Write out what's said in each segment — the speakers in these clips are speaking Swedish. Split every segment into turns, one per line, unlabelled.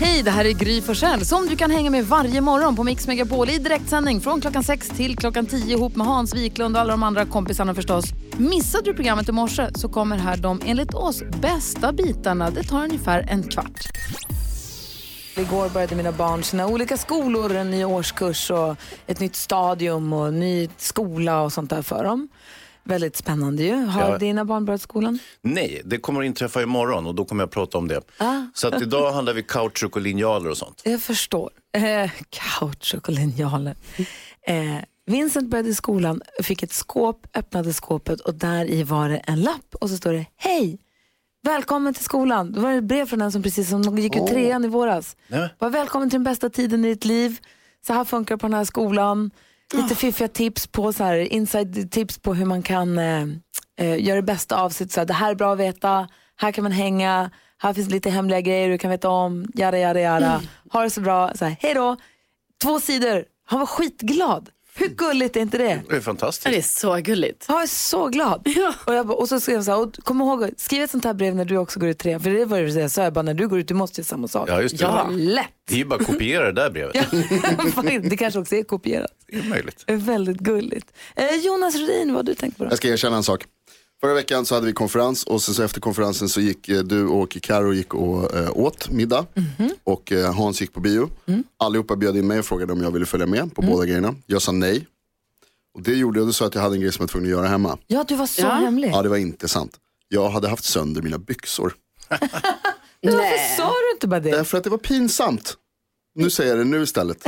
Hej, det här är Gry Forssell som du kan hänga med varje morgon på Mix Megapol i direktsändning från klockan 6 till klockan 10 ihop med Hans Wiklund och alla de andra kompisarna förstås. Missade du programmet i morse så kommer här de enligt oss bästa bitarna. Det tar ungefär en kvart. Igår började mina barn sina olika skolor, en ny årskurs och ett nytt stadium och en ny skola och sånt där för dem. Väldigt spännande ju. Har
Ja.
dina barn börjat skolan?
Nej, det kommer att inträffa imorgon och då kommer jag prata om det. Så att idag handlar vi kautschuk och linjaler och sånt.
Jag förstår. Eh, kautschuk och linjaler. Eh, Vincent började i skolan, fick ett skåp, öppnade skåpet och där i var det en lapp och så står det Hej! Välkommen till skolan. Det var ett brev från den som precis som gick ut trean i våras.
Nej.
Var välkommen till den bästa tiden i ditt liv. Så här funkar det på den här skolan. Lite fiffiga tips på så här, inside tips på hur man kan eh, eh, göra det bästa av sitt. Så här, det här är bra att veta. Här kan man hänga. Här finns lite hemliga grejer du kan veta om. Jada, jada, jada. Ha det så bra. Så här, hej då. Två sidor. Han var skitglad. Hur gulligt är inte det?
Det är
Det
fantastiskt.
är så gulligt.
Jag är så glad. Och, jag bara, och så skrev jag så här, och kom ihåg, att skriva ett sånt här brev när du också går ut trean. För det var det jag sa, jag bara, när du går ut, du måste göra samma sak.
Ja, just det.
Ja.
Lätt.
Det är ju bara att kopiera det där brevet.
det kanske också är kopierat.
Det är möjligt.
Det är Väldigt gulligt. Eh, Jonas Rudin, vad har du tänkt på då?
Jag ska erkänna en sak. Förra veckan så hade vi konferens och sen så efter konferensen så gick eh, du och Karo gick och eh, åt middag och eh, Hans gick på bio. Allihopa bjöd in mig och frågade om jag ville följa med på båda grejerna. Jag sa nej. Och det gjorde jag, du sa att jag hade en grej som jag var tvungen att göra hemma.
Ja, du var så
Ja.
hemlig.
Ja, det var inte sant. Jag hade haft sönder mina byxor.
Men varför sa du inte bara det?
Därför att det var pinsamt. Nu säger jag det nu istället.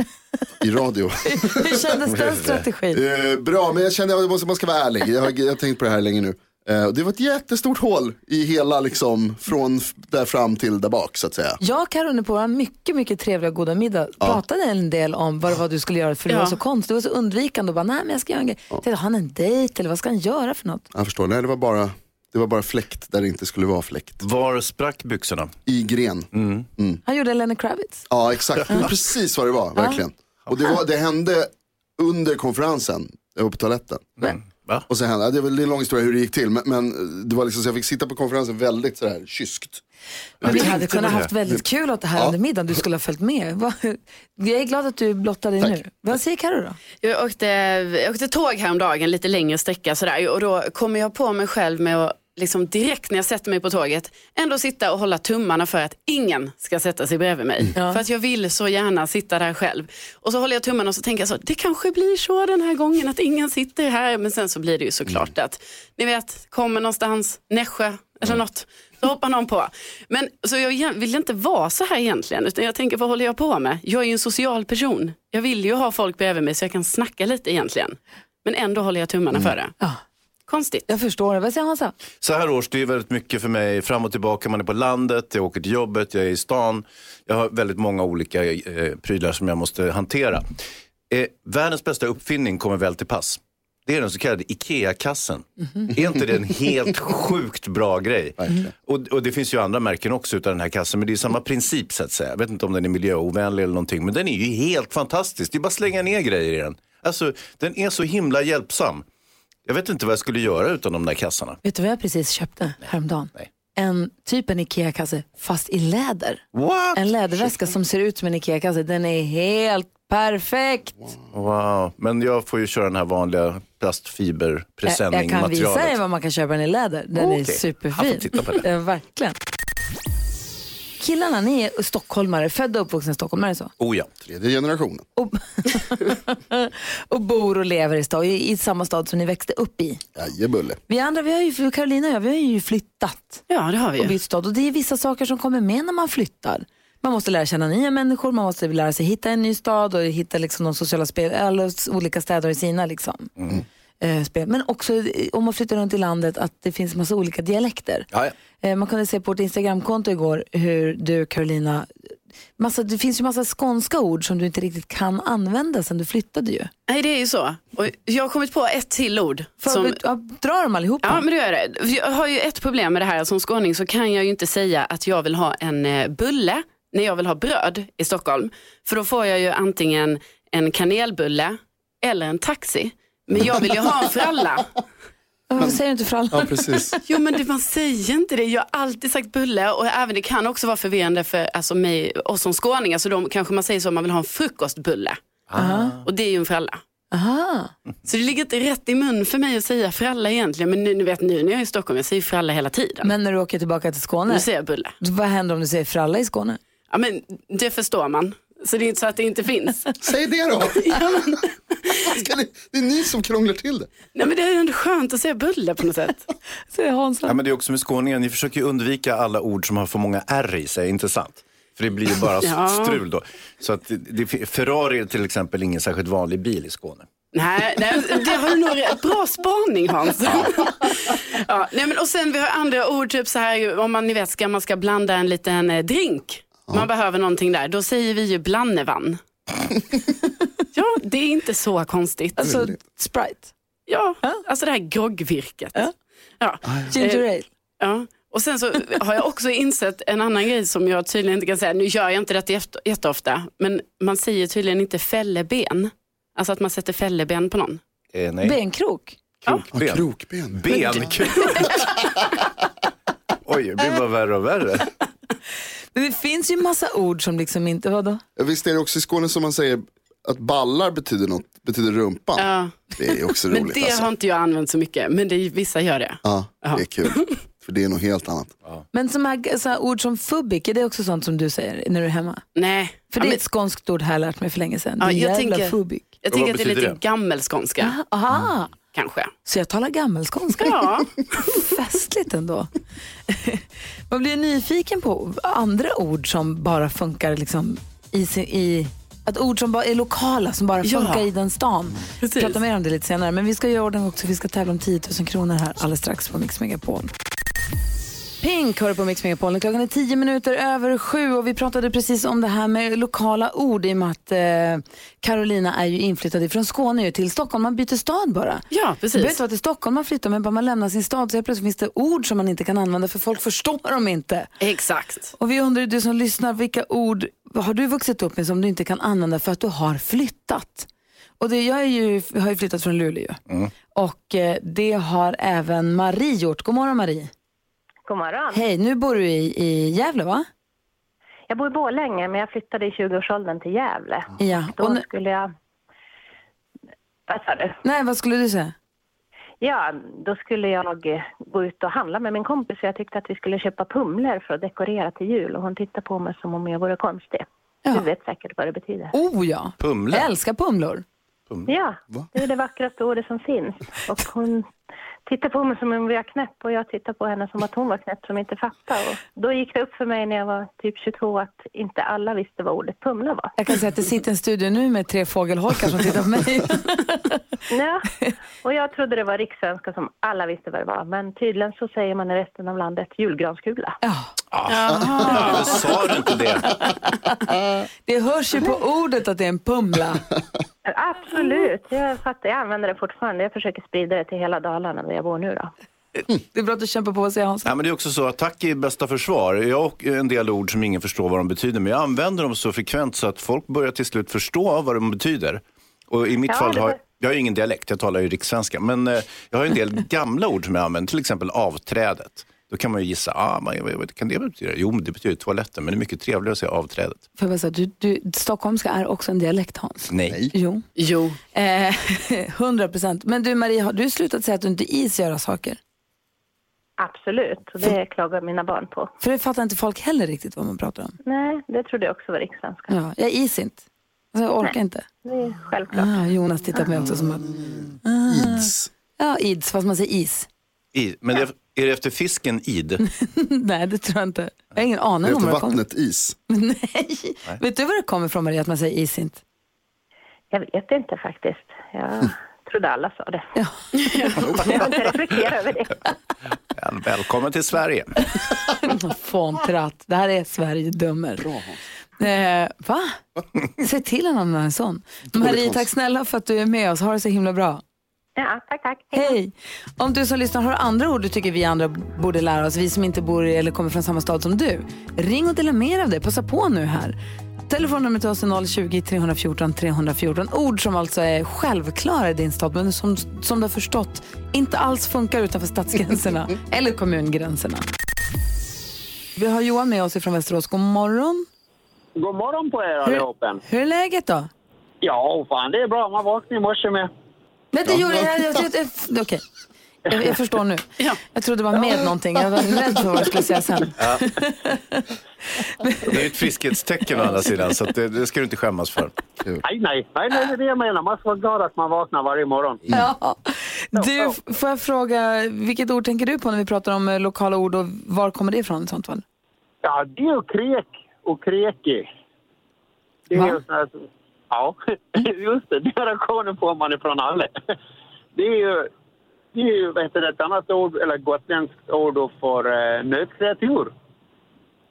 I radio.
Hur kändes den strategin?
Eh, bra, men jag känner att man ska vara ärlig. Jag har, jag har tänkt på det här länge nu. Eh, och det var ett jättestort hål i hela, liksom, från f- där fram till där bak så att säga.
Jag och Karo under på vår mycket, mycket trevliga goda middag pratade en del om vad det var du skulle göra för du
Ja.
var så konstig, du var så undvikande och bara nej men jag ska göra en grej. Tänkte, har han en dejt eller vad ska han göra för något?
Jag förstår, nej det var bara, det var bara fläkt där det inte skulle vara fläkt.
Var sprack byxorna?
I gren.
Han gjorde Lenny Kravitz.
Ja exakt, det var precis vad det var, verkligen. Och det, var, det hände under konferensen, jag var på toaletten.
Va?
Och så hände, ja, det var det är en lång historia hur det gick till, men, men det var liksom så jag fick sitta på konferensen väldigt sådär kyskt.
Men vi hade
tänkte
kunnat
på det.
haft väldigt kul åt det här
Ja.
under middagen, du skulle ha följt med. Va- Jag är glad att du blottar dig
Tack.
nu. Vad säger Karo då?
Jag åkte, jag åkte tåg häromdagen, lite längre sträcka sådär. Och då kommer jag på mig själv med att liksom direkt när jag sätter mig på tåget ändå sitta och hålla tummarna för att ingen ska sätta sig bredvid mig. För att jag vill så gärna sitta där själv. Och så håller jag tummarna och så tänker jag så, det kanske blir så den här gången att ingen sitter här. Men sen så blir det ju såklart att, ni vet, kommer någonstans, Nässjö eller något. Så hoppar någon på. Men så jag egent- vill inte vara så här egentligen. Utan jag tänker, vad håller jag på med? Jag är ju en social person. Jag vill ju ha folk bredvid mig så jag kan snacka lite egentligen. Men ändå håller jag tummarna för det.
Mm. Ja.
Konstigt.
Jag förstår det. Vad säger Hansa?
Så här års, det är väldigt mycket för mig fram och tillbaka. Man är på landet, jag åker till jobbet, jag är i stan. Jag har väldigt många olika eh, prylar som jag måste hantera. Eh, världens bästa uppfinning kommer väl till pass. Det är den så kallade IKEA-kassen. Är inte det en helt sjukt bra grej? Och, och det finns ju andra märken också utav den här kassen, men det är samma princip så att säga. Jag vet inte om den är miljöovänlig eller någonting, men den är ju helt fantastisk. Det är bara att slänga ner grejer i den. Alltså, den är så himla hjälpsam. Jag vet inte vad jag skulle göra utan de där kassarna.
Vet du vad jag precis köpte häromdagen?
Nej.
En typ en IKEA-kasse fast i läder.
What?
En läderväska som ser ut som en IKEA-kasse. Den är helt perfekt.
Wow, men jag får ju köra den här vanliga
Jag, jag kan visa er
plastfiberpresenning-materialet.
vad man kan köpa den i läder. Den är
Okej. Jag
superfin.
får titta på det.
Ja, Verkligen. Killarna, ni är stockholmare, födda och uppvuxna i Stockholm, är det så?
Oh ja.
Tredje generationen.
Och bor och lever i, stad, i, i samma stad som ni växte upp i.
Jajebulle.
Vi andra, vi har ju, Carolina och jag, vi har ju flyttat.
Ja, det har vi
och
ju.
bytt stad. Och det är vissa saker som kommer med när man flyttar. Man måste lära känna nya människor, man måste lära sig hitta en ny stad och hitta liksom de sociala spel, alla s- olika städer i sina liksom. eh, spel. Men också eh, om man flyttar runt i landet att det finns massa olika dialekter.
Ja, ja.
Eh, Man kunde se på vårt Instagramkonto igår hur du Carolina, massa, det finns ju massa skånska ord som du inte riktigt kan använda sen du flyttade ju.
Nej, det är ju så. Och jag har kommit på ett till ord.
För,
som-
ja, dra dem allihopa.
Ja, men du gör det. Jag har ju ett problem med det här. Som skåning så kan jag ju inte säga att jag vill ha en eh, bulle när jag vill ha bröd i Stockholm. För då får jag ju antingen en kanelbulle eller en taxi. Men jag vill ju ha en fralla.
Varför säger du inte frallan?
Ja, precis.
Jo men det, man säger inte det. Jag har alltid sagt bulle och även det kan också vara förvirrande för alltså, mig, oss som skåningar. Så de, kanske man säger så om man vill ha en frukostbulle. Och det är ju en fralla.
Aha.
Så det ligger inte rätt i mun för mig att säga fralla egentligen. Men nu, ni vet, nu när jag är i Stockholm, jag säger fralla hela tiden.
Men när du åker tillbaka till
Nu
Skåne,
säger jag bulle.
vad händer om du säger fralla i Skåne?
Ja, men det förstår man. Så det är inte så att det inte finns.
Säg det då. Ska ni, det är ni som krånglar till det.
Nej, men det är ju ändå skönt att säga bulle på något sätt.
Säger Hans
Ja, men det är också med skåningar, ni försöker ju undvika alla ord som har för många R i sig, inte sant? För det blir ju bara
Ja.
strul då. Så att det- det, Ferrari är till exempel ingen särskilt vanlig bil i Skåne.
Nej, nej, det har du nog rätt- bra spaning Hans. Ja, nej, men, och sen vi har andra ord, typ så här om man, ni vet, ska, man ska blanda en liten eh, drink. Man behöver någonting där, då säger vi ju blannevann. ja, det är inte så konstigt.
Alltså Sprite,
Ja, alltså det här groggvirket.
Ja.
Ja.
ginger ale.
Ja. Och sen så har jag också insett en annan grej som jag tydligen inte kan säga. Nu gör jag inte detta jätte- jätteofta, men man säger tydligen inte fälleben. Alltså att man sätter fälleben på någon.
Eh, nej,
Benkrok.
Ja,
krokben.
krokben.
Benkrok. Oj, det blir bara värre och värre.
Men det finns ju massa ord som liksom inte, vadå?
Visst är det också i Skåne som man säger att ballar betyder något, betyder rumpan.
Ja.
Det är också
Men
roligt
det
alltså.
har inte jag använt så mycket, men det är, vissa gör det.
Ja, det är kul. För det är något helt annat.
Men som här, så här ord som fubbik, är det också sånt som du säger när du är hemma?
Nej,
För
ja,
det är
men,
ett skånskt ord här jag lärt mig för länge sedan.
Ja,
det är
jag
jävla
tänker-
fubbik.
jag
Och vad
tänker att det är
betyder
lite
det?
gammelskånska,
Aha,
kanske.
så jag talar gammelskånska.
Ja.
Festligt ändå. Man blir nyfiken på andra ord som bara funkar liksom i, sin, i att ord som bara är lokala, som bara
Ja.
funkar i den stan. Vi
Precis.
pratar mer om det lite senare. Men vi ska göra ordning också. Vi ska tävla om 10 000 kronor här alldeles strax på Mix Megapol. Pink hör på Mix Megapol. Klockan är 10 minuter över sju och vi pratade precis om det här med lokala ord i och med att eh, Carolina är ju inflyttad från Skåne ju till Stockholm. Man byter stad bara. Det
Ja,
behöver
precis.
inte vara till Stockholm man flyttar, men bara man lämnar sin stad så helt plötsligt finns det ord som man inte kan använda för folk förstår dem inte.
Exakt.
Och vi undrar, du som lyssnar, vilka ord har du vuxit upp med som du inte kan använda för att du har flyttat? Och det, jag är ju, har ju flyttat från Luleå och eh, det har även Marie gjort. God morgon Marie.
God morgon.
Hej, nu bor du i, i Gävle va?
Jag bor i Borlänge, men jag flyttade i 20-årsåldern till Gävle.
Ja.
Då
Och nu,
skulle jag... Vad sa du?
nej, vad skulle du säga?
Ja, då skulle jag eh, gå ut och handla med min kompis. Jag tyckte att vi skulle köpa pumlor för att dekorera till jul. Och hon tittade på mig som om jag vore konstig. Du vet säkert vad det betyder.
Oh ja,
Pumla.
jag älskar pumlor.
Ja, det är det vackraste ordet som finns. Och hon tittade på mig som om jag var knäpp och jag tittade på henne som att hon var knäpp som inte fattade. Och då gick det upp för mig när jag var typ 22 att inte alla visste vad ordet pumla var.
Jag kan säga att det sitter en studio nu med tre fågelholkar som tittar på mig.
Ja, och jag trodde det var rikssvenska som alla visste vad det var. Men tydligen så säger man i resten av landet julgranskula.
ja.
Varför sa du inte det?
Det hörs ju på ordet att det är en pumla.
Absolut, jag fattar. Jag använder det fortfarande. Jag försöker sprida det till hela Dalarna där jag bor nu då.
Det är bra att du kämpar på, vad säger Hans?
Nej, men det är också så att tack är bästa försvar. Jag och en del ord som ingen förstår vad de betyder, men jag använder dem så frekvent så att folk börjar till slut förstå vad de betyder. Och i mitt
Ja,
fall
det
har
var-
jag har ju ingen dialekt, jag talar ju rikssvenska, men eh, jag har ju en del gamla ord som jag använder, till exempel avträdet. Då kan man ju gissa, ah, man, vad vad kan det betyda? Jo, men det betyder toaletten, men det är mycket trevligare att säga avträdet.
Får jag bara säga, du, du, stockholmska är också en dialekt Hans.
Nej.
Jo,
Jo.
eh, 100 procent. Men du Marie, har du slutat säga att du inte is göra saker?
Absolut, och det klagar mina barn på.
För det fattar inte folk heller riktigt vad man pratar om.
Nej, det trodde jag också var rikssvenska.
Ja, jag is inte. Alltså, jag orkar inte.
Det är självklart.
Ah, Jonas tittar på mig också som att,
Ids.
ja ids, fast man säger is.
I, men det, är det efter fisken id?
Nej, det tror jag inte. Jag har ingen aning om
Efter
var det kommer
vattnet is.
Nej. Vet du var det kommer från Marie, att man säger is inte?
Jag vet inte faktiskt. Jag trodde alla sa det. Jag har inte reflekterat över det.
Ja, Välkommen till Sverige.
Fåntratt. Det här är Sverige dömer. Eh, va? Säg till honom när han är sån. Marie,
konst.
tack snälla för att du är med oss. Ha det så himla bra.
Ja, tack, tack.
Hej! Om du som lyssnar har andra ord du tycker vi andra borde lära oss, vi som inte bor i eller kommer från samma stad som du, ring och dela med er av det. Passa på nu här. Telefonnumret till oss är 020-314 314. Ord som alltså är självklara i din stad men som, som du har förstått inte alls funkar utanför stadsgränserna eller kommungränserna. Vi har Johan med oss ifrån Västerås. God morgon.
God morgon på er allihopen.
Hur är läget då?
Ja, fan det är bra. Man vaknade i morse med.
Men det gjorde jag. jag, jag, jag, jag Okej. Jag, jag förstår nu. Jag trodde det var med någonting. Jag var rädd för vad du skulle säga sen.
Det är ju ett friskhetstecken å andra sidan, så att det, det ska du inte skämmas för.
Nej, nej, nej, nej, det är det jag menar. Man ska vara glad att man vaknar varje morgon.
Ja. Mm. Du, f- får jag fråga, vilket ord tänker du på när vi pratar om eh, lokala ord och var kommer det ifrån i sånt fall?
Ja, det är ju krek och kreki. Det är
Va?
ju sån här... Ja, just det. Den reaktionen får man ifrån alla. Det är ju, det är ju vad heter det, ett annat ord, eller gotländskt ord då för eh, nötkreatur.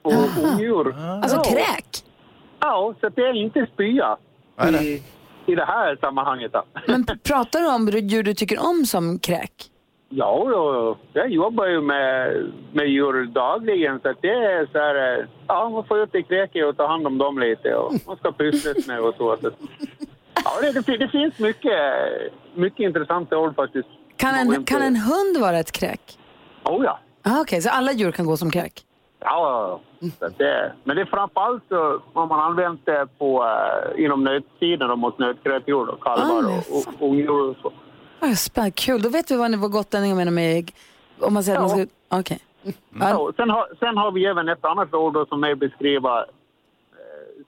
Och odjur.
Alltså
Ja.
kräk?
Ja, så det är inte spya i, i det här sammanhanget. Då.
Men p- pratar du om djur du tycker om som kräk?
Ja, ja, jag jobbar ju med, med djur dagligen så att det är så här, eh, ja man får ut i kräket och ta hand om dem lite och
Mm.
man ska pysslas med och så. så. att- Ja, det, det, fin- det finns mycket, mycket intressanta ord faktiskt.
Kan en, kan en hund vara ett kräk?
Oh, ja.
Ah, Okej, så alla djur kan gå som kräk?
Ja, ja, ja. Så att det, men det är framförallt så har man använt det på, eh, inom nötsidan och mot nötkreatur och
Ah,
kalvar
men
och, och ungdjur och så.
Ah, spännande, kul. Då vet vi vad, ni- vad gotlänningar menar med... Om man säger att man ska... Okej. Ja,
Ja, sen, har, sen har vi även ett annat ord då som är beskriva eh,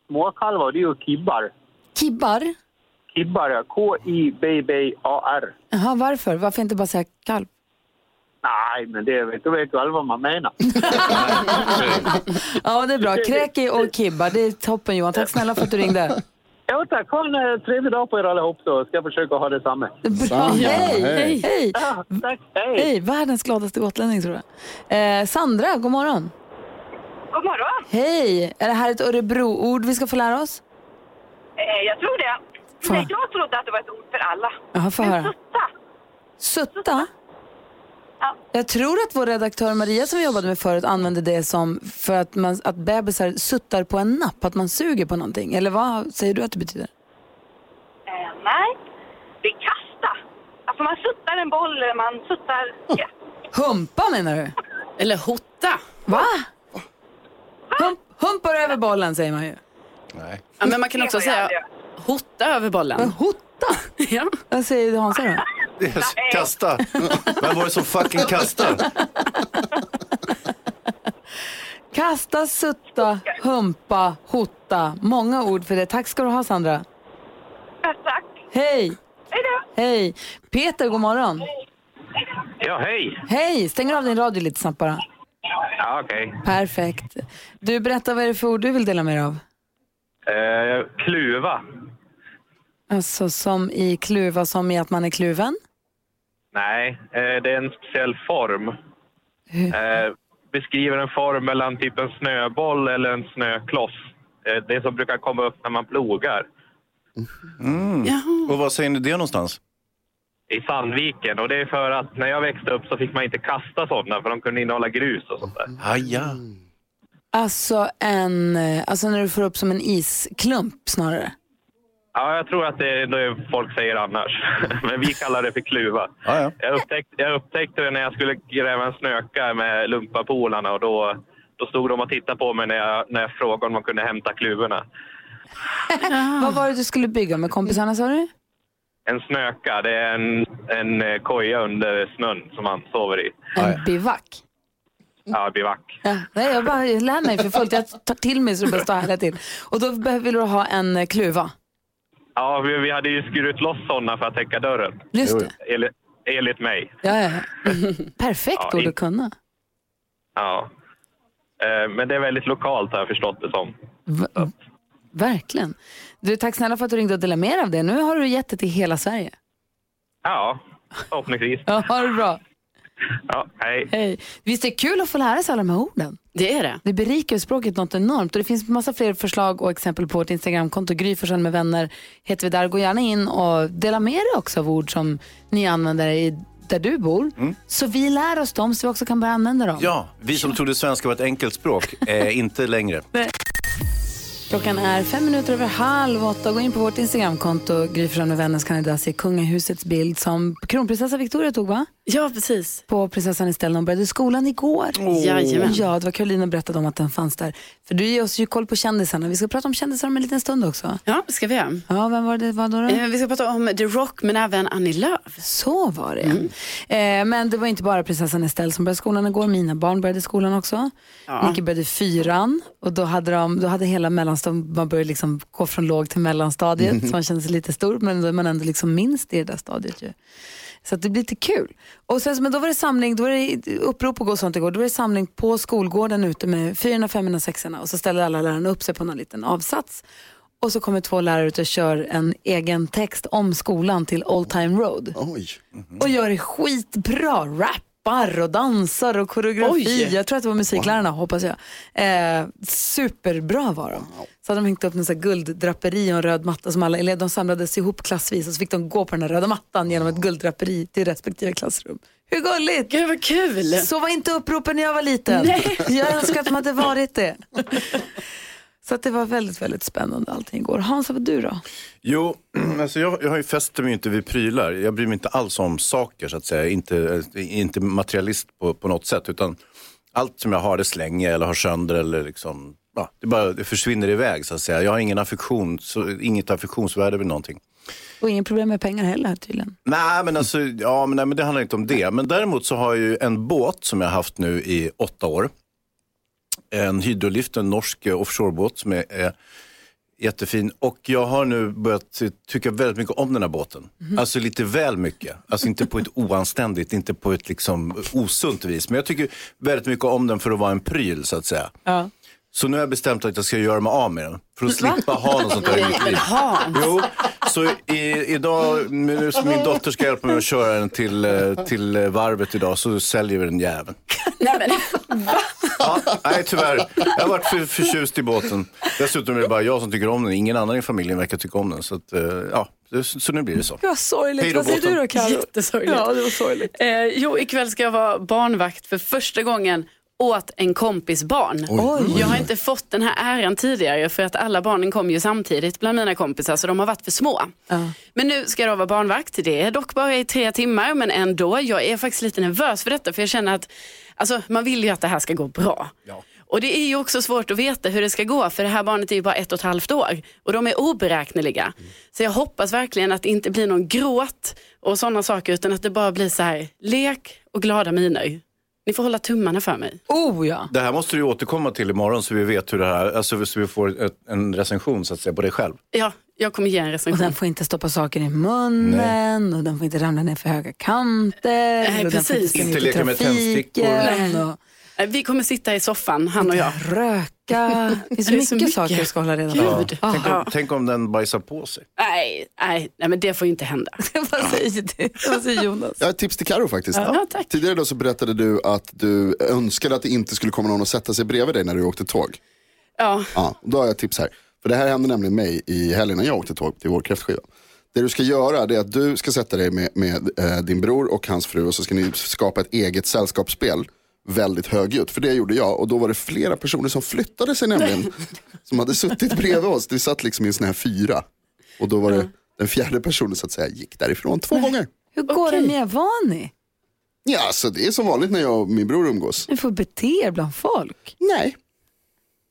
småkalvar. Det är ju kibbar.
kibbar?
Kibbar, ja. K-I-B-B-A-R.
Jaha, varför? Varför inte bara säga kalv?
Nej, men det vet, då vet du väl vad man menar.
Ja, det är bra. Kräki och kibbar, det är toppen Johan. Tack snälla för att du ringde.
Jo tack, ha en eh, trevlig dag på er allihop så ska jag försöka ha detsamma.
Bra.
Samma.
Hej, hej,
Ah, Hej.
hej.
Ja, tack, hej!
Hej, världens gladaste gotlänning tror jag. Eh, Sandra, god morgon.
God morgon.
Hej, är det här ett Örebroord vi ska få lära oss?
Eh, jag tror det.
Fan.
Nej, jag trodde att det var ett ord för alla.
Jaha, få
Men
höra.
sutta.
Sutta?
Ja.
Jag tror att vår redaktör Maria som vi jobbade med förut använde det som för att, man, att bebisar suttar på en napp, att man suger på någonting. Eller vad säger du att det betyder?
Eh, nej, det är kasta. Alltså man suttar en boll, man suttar... Ja.
Humpa menar du?
Eller hotta.
Va? Hump, humpar över bollen säger man ju.
Nej.
Ja, men man kan
Det
också
har jag
säga
aldrig.
hotta över
Men
bollen.
hotta?
Ja.
Vad säger Hansa då?
Det är så- Kasta. Vem var det som fucking kastade?
Kasta, sutta, humpa, hotta. Många ord för det. Tack ska du ha Sandra.
Ja, Tack.
Hej!
Hej då.
Hej! Peter, god morgon.
Ja, hej!
Hej! Stänger av din radio lite snabbt bara.
Ja, okej.
Perfekt. Du, berätta vad det är för ord du vill dela med dig av.
Eh, kluva.
Alltså som i kluva, som i att man är kluven.
Nej, eh, det är en speciell form. Eh, beskriver en form mellan typ en snöboll eller en snökloss. Eh, det som brukar komma upp när man plogar.
Och var säger ni det någonstans?
I Sandviken. Och det är för att när jag växte upp så fick man inte kasta sådana för de kunde innehålla grus och sånt där.
Aja.
Alltså, en, eh, alltså när du får upp som en isklump snarare.
Ja, jag tror att det är det folk säger annars. Men vi kallar det för kluva.
Ja, ja.
Jag upptäckte, jag upptäckte det när jag skulle gräva en snöka med lumpapolarna och då, då stod de och tittade på mig när jag, när jag frågade om man kunde hämta kluvorna.
Vad var det du skulle bygga med kompisarna sa du?
En snöka, det är en, en eh, koja under snön som man sover i.
En
Ja, ja.
bivack.
Ja, bivack.
Ja, nej, jag bara jag lär mig för fullt. Jag tar till mig så det bästa härliga till. Och då behöver du ha en eh, kluva.
Ja, vi, vi hade ju skurit loss sådana för att täcka dörren,
Just det.
enligt, enligt mig.
Ja, ja, ja. Perfekt
Ja,
ord
i-
att kunna.
Ja. Eh, Men det är väldigt lokalt har jag förstått det som.
Va- Verkligen. Du, tack snälla för att du ringde och delade med dig av det. Nu har du gett det till hela Sverige.
Ja, förhoppningsvis.
Ja, ha det bra.
Ja, hej.
Hej. Visst är det kul att få lära sig alla de här orden?
Det är det.
Det berikar ju språket något enormt. Och det finns massa fler förslag och exempel på vårt Instagramkonto. Gry Forssell med vänner heter vi där. Gå gärna in och dela med er också av ord som ni använder i där du bor. Så vi lär oss dem så vi också kan börja använda dem.
Ja, vi som trodde svenska var ett enkelt språk, eh, inte längre.
Klockan är fem minuter över halv åtta. Gå in på vårt Instagramkonto, Gry Forssell med vänner, så kan ni där se kungahusets bild som kronprinsessa Victoria tog, va?
Ja, precis.
På prinsessan Estelle när hon började skolan igår.
Jajamän.
Ja, det var Karolina berättade om att den fanns där. För du ger oss ju koll på kändisarna. Vi ska prata om kändisar om en liten stund också.
Ja, det ska vi göra.
Ja, vem var det? Vad då? då?
Eh, Vi ska prata om The Rock, men även Annie Lööf.
Så var det. Eh, men det var inte bara prinsessan Estelle som började skolan igår. Mina barn började skolan också. Nicke började fyran och då hade, de, då hade hela mellanstadiet, man började liksom gå från låg till mellanstadiet. Så man kände sig lite stor men då är man ändå liksom minst i det där stadiet ju. Så att det blir lite kul. Och sen, så- men då var det samling, då var det upprop och gå och sånt igår. Då var det samling på skolgården ute med fyrorna, femmorna, sexorna och så ställer alla lärarna upp sig på någon liten avsats. Och så kommer två lärare ut och kör en egen text om skolan till Old Time Road
Oj.
och gör det skitbra. Rappar och dansar och koreografi.
Oj.
Jag tror att det var musiklärarna, hoppas jag. Eh, superbra var de. Så hade de hängt upp en sån här gulddraperi och en röd matta som alla elever, de samlades ihop klassvis och så fick de gå på den här röda mattan genom ett gulddraperi till respektive klassrum. Hur gulligt!
Gud vad kul!
Så var inte uppropen när jag var liten. Jag önskar att de hade varit det. Så att det var väldigt, väldigt spännande allting igår. Hans, vad du då?
Jo, alltså jag, jag har ju fäster mig ju inte vid prylar. Jag bryr mig inte alls om saker så att säga. Inte, eh, inte materialist på, på något sätt. Utan allt som jag har det slänger jag eller har sönder eller liksom, ja, det bara det försvinner iväg så att säga. Jag har ingen affektion, så, inget affektionsvärde vid någonting.
Och inga problem med pengar heller tydligen.
Nej men, alltså, ja, men, nej, men det handlar inte om det. Men däremot så har jag ju en båt som jag har haft nu i åtta år. En hydrolift, en norsk eh, offshorebåt som är, är jättefin. Och jag har nu börjat tycka väldigt mycket om den här båten. Alltså lite väl mycket. Alltså inte på ett oanständigt, inte på ett liksom osunt vis. Men jag tycker väldigt mycket om den för att vara en pryl så att säga.
Ja.
Så nu har jag bestämt att jag ska göra mig av med den. För att slippa ha något sånt där i mitt liv.
Hans.
Jo, så i, idag, nu som min dotter ska hjälpa mig att köra den till, eh, till eh, varvet idag, så säljer vi den jäveln.
Nej, men,
Ja, nej, tyvärr. Jag har varit för förtjust i båten. Dessutom är det bara jag som tycker om den. Ingen annan i familjen verkar tycka om den. Så, att, eh, ja, det- så nu blir det så.
Gud vad sorgligt.
Hej då,
vad säger du
båten.
då Carro?
Jättesorgligt.
Ja, det var sorgligt.
eh, jo, ikväll ska jag vara barnvakt för första gången åt en kompis barn. Jag har inte fått den här äran tidigare för att alla barnen kom ju samtidigt bland mina kompisar så de har varit för små. Men nu ska jag då vara barnvakt. Det är dock bara i tre timmar men ändå. Jag är faktiskt lite nervös för detta för jag känner att alltså, man vill ju att det här ska gå bra. Och det är ju också svårt att veta hur det ska gå för det här barnet är ju bara ett och ett halvt år och de är oberäkneliga. Så jag hoppas verkligen att det inte blir någon gråt och sådana saker utan att det bara blir så här lek och glada miner. Ni får hålla tummarna för mig.
Oh ja.
Det här måste du ju återkomma till imorgon så vi vet hur det här, alltså så vi får ett, en recension så att säga på dig själv.
Ja, jag kommer ge en
Och
recension.
den får inte stoppa saker i munnen och den får inte ramla ner för höga kanter.
Nej,
och den får
precis.
springa
Inte
ut i
leka med
trafiken,
tändstickor.
och
Eh, Vi kommer sitta i soffan, han och jag.
Röka. Det är så,
Det är
mycket,
så mycket.
saker vi ska hålla reda på.
Gud.
Ah.
Tänk om, tänk om den bajsar på sig.
Nej, nej, nej, men det får ju inte hända.
Vad säger du? Vad säger Jonas?
Jag har ett tips till Karo faktiskt.
Ja, tack.
Tidigare då så berättade du att du önskade att det inte skulle komma någon och sätta sig bredvid dig när du åkte tåg.
Ja,
Ja, då har jag ett tips här. För det här hände nämligen mig i helgen när jag åkte tåg till vår kräftskiva. Det du ska göra det är att du ska sätta dig med, med eh, din bror och hans fru och så ska ni skapa ett eget sällskapsspel väldigt högljutt. För det gjorde jag och då var det flera personer som flyttade sig nämligen. som hade suttit bredvid oss. Vi satt liksom i en sån här fyra. Och då var det den fjärde personen så att säga gick därifrån två gånger.
Hur går det
Okej.
med er? Var ni?
Ja, så det är som vanligt när jag och min bror umgås.
Ni får bete er bland folk.
Nej.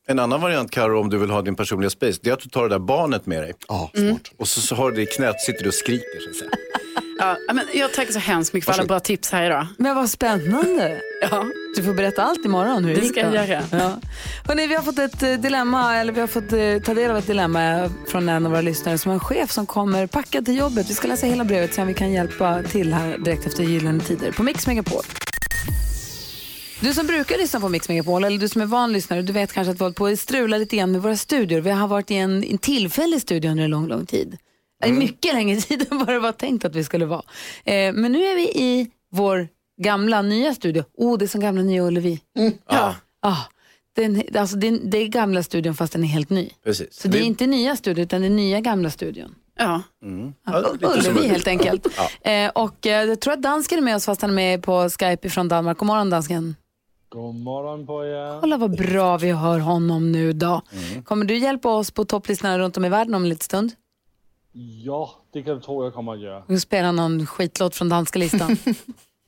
En annan variant Karo, om du vill ha din personliga space, det är att du tar det där barnet med dig.
Ja, smart.
Och så, så har du det i knät, sitter du och skriker. Så att säga.
ja, men jag tackar så hemskt mycket för alla bra tips här idag.
Men vad spännande.
Ja.
Du får berätta allt imorgon hur det,
Det
gick
ska
då.
jag göra.
Ja. Hörrni, vi har fått ett eh, dilemma, eller vi har fått eh, ta del av ett dilemma eh, från en av våra lyssnare som har en chef som kommer packad till jobbet. Vi ska läsa hela brevet sen vi kan hjälpa till här direkt efter Gyllene Tider på Mix Megapol. Du som brukar lyssna på Mix Megapol, eller du som är van lyssnare, du vet kanske att vi har hållit på att strula lite grann med våra studior. Vi har varit i en, en tillfällig studio under en lång, lång tid. En Mycket längre tid än vad det var tänkt att vi skulle vara. Eh, men nu är vi i vår gamla, nya studio. Oh, det är som gamla, nya Ullevi.
Ja.
Ah, den, alltså den, det är gamla studion fast den är helt ny.
Precis.
Så det är
Vi-
inte nya studion utan det är nya gamla studion.
Ja.
Ja, lite som
Ullevi
en-
helt enkelt. Eh, och eh, jag tror att dansken är med oss fast han är med på Skype ifrån Danmark. God morgon dansken.
God morgon på er.
Kolla vad bra vi hör honom nu då.
Mm.
Kommer du hjälpa oss på topplistorna runt om i världen om en liten stund?
Ja, det kan du tro jag kommer att göra.
Du spelar någon skitlåt från danska listan.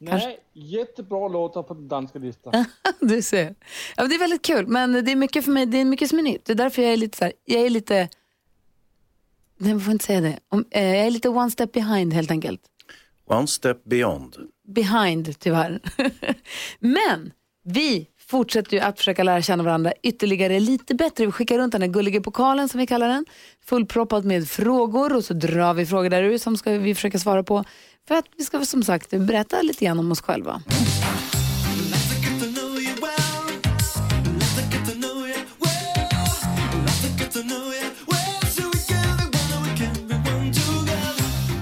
Nej, jättebra låtar på den danska listan.
du ser. Ja, men det är väldigt kul, men det är mycket för mig, det är mycket som är nytt. Det är därför jag är lite så här, jag är lite, nej man får inte säga det. Om, eh, jag är lite one step behind helt enkelt.
One step beyond.
behind tyvärr. Men vi fortsätter ju att försöka lära känna varandra ytterligare lite bättre. Vi skickar runt den här gulliga pokalen som vi kallar den, fullproppad med frågor och så drar vi frågor där ur som ska vi försöka svara på för att vi ska som sagt berätta lite grann om oss själva.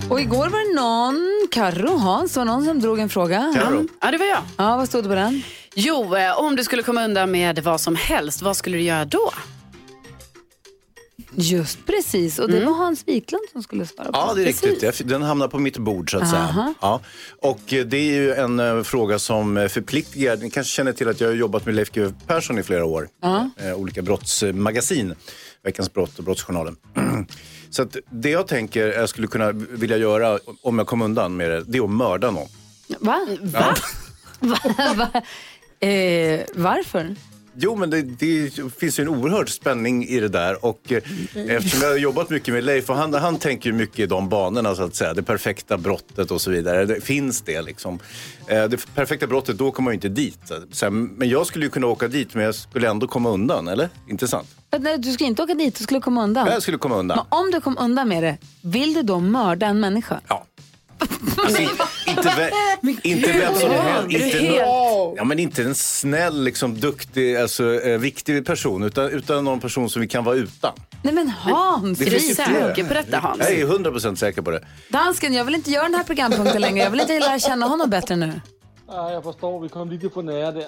Och igår var det någon, Karro Hans, var någon som drog en fråga.
Karo,
Ja, det var jag.
Ja, vad stod det på den?
Jo, eh, om du skulle komma undan med vad som helst, vad skulle du göra då?
Just precis, och det
Mm.
var Hans Wiklund som skulle svara på
Ja, det är
Precis.
riktigt. Jag f- Den hamnar på mitt bord så att säga. Ja. Och eh, det är ju en eh, fråga som eh, förpliktigar. Ni kanske känner till att jag har jobbat med Leif GW Persson i flera år. Eh, Olika brottsmagasin. Veckans brott och Brottsjournalen. så att det jag tänker jag skulle kunna vilja göra om jag kom undan med det, det är att mörda någon.
Va? Va? Va? Va? Eh, varför?
Jo, men det, det finns ju en oerhörd spänning i det där. Och eh, Eftersom jag har jobbat mycket med Leif och han, han tänker ju mycket i de banorna, så att säga. det perfekta brottet och så vidare. Det, finns det liksom? Eh, det perfekta brottet, då kommer man ju inte dit. Så här, men jag skulle ju kunna åka dit, men jag skulle ändå komma undan, eller? Inte sant?
Att Nej, du skulle inte åka dit, du skulle komma undan.
Jag skulle komma
Men
undan.
om du kom undan med det, vill du då mörda en människa?
Ja. Alltså, i- inte, vä- inte vem som helst. Inte, nå- ja, men inte en snäll, liksom, duktig, alltså, eh, viktig person, utan, utan någon person som vi kan vara utan.
Nej men Hans,
Det
Är du
finns ytterligare.
säker på detta, Hans?
Jag är 100% säker på det.
dansken, jag vill inte göra den här programpunkten längre. Jag vill inte lära känna honom bättre nu.
Ja, jag förstår, vi kom lite för nära där.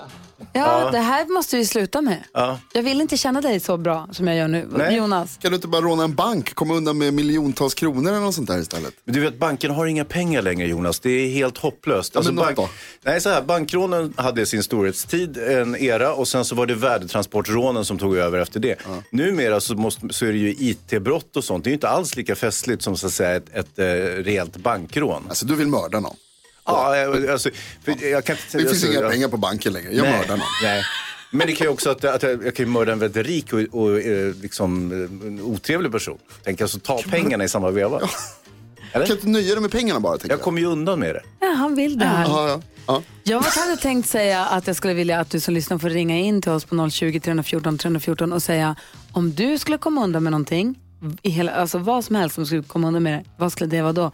Ja, det här måste vi sluta med.
Ja.
Jag vill inte känna dig så bra som jag gör nu.
Nej.
Jonas,
Kan du inte bara råna en bank? Komma undan med miljontals kronor eller något sånt där istället?
Men du vet, banken har inga pengar längre Jonas. Det är helt hopplöst. Alltså,
Ja, men något då?
nej, så här, bankrånen hade sin storhetstid, en era, och sen så var det värdetransportrånen som tog över efter det. Numera så, måste, så är det ju IT-brott och sånt. Det är ju inte alls lika festligt som så att säga, ett, ett eh, rejält bankrån.
Alltså du vill mörda någon.
Ja, eh, alltså, för, jag kan inte,
Det finns
alltså,
inga
jag-
pengar på banken längre. Jag mördar någon.
Nej. Men det kan ju också att, att jag, jag kan ju mörda en väldigt rik och, och eh, liksom, eh, en otrevlig person. Tänk alltså ta pengarna i samma veva.
Kan inte nöja dig med pengarna bara? Tänker
Jag kommer ju undan med det.
ja, han vill det här.
jag. Ja, ja. Ja.
Jag var- hade tänkt säga att jag skulle vilja att du som lyssnar får ringa in till oss på 020 314 314 och säga om du skulle komma undan med någonting, i hela, alltså vad som helst som skulle komma undan med det, vad skulle det vara då?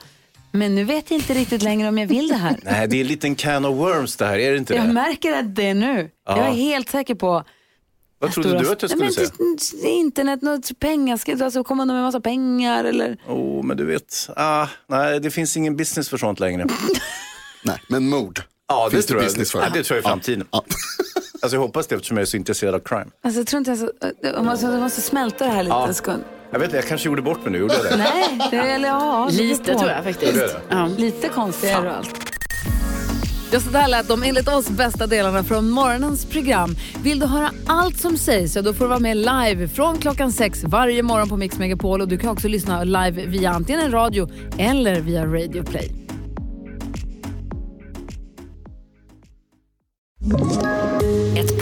Men nu vet jag inte riktigt längre om jag vill det här.
Nej, det är en liten can of worms det här, är det inte
Jag
det?
märker att det är nu.
Ja.
Jag är helt säker på...
Vad trodde du att jag skulle
Nej,
säga?
men, säga? Internet, något pengar, ska- alltså komma undan med en massa pengar eller...
Åh, oh, men du vet. Ah, nej, det finns ingen business för sånt längre.
Nej, men mord.
Ja, det
finns
tror jag.
business för.
Ja, det tror jag i framtiden.
Ja.
Alltså jag hoppas det eftersom jag är så intresserad av crime.
Alltså, jag tror inte ens... Man måste, man måste smälta det här lite en sekund.
Jag vet inte, jag kanske gjorde bort mig nu, gjorde jag det?
Nej, det, eller ja, det beror
Lite
på.
tror jag faktiskt.
Tror du det?
Ja.
Lite konstigare och allt. Ja, så där lät de enligt oss bästa delarna från morgonens program. Vill du höra allt som sägs, ja, då får du vara med live från klockan sex varje morgon på Mix Megapol. Och du kan också lyssna live via antingen radio eller via Radio Play.
Ett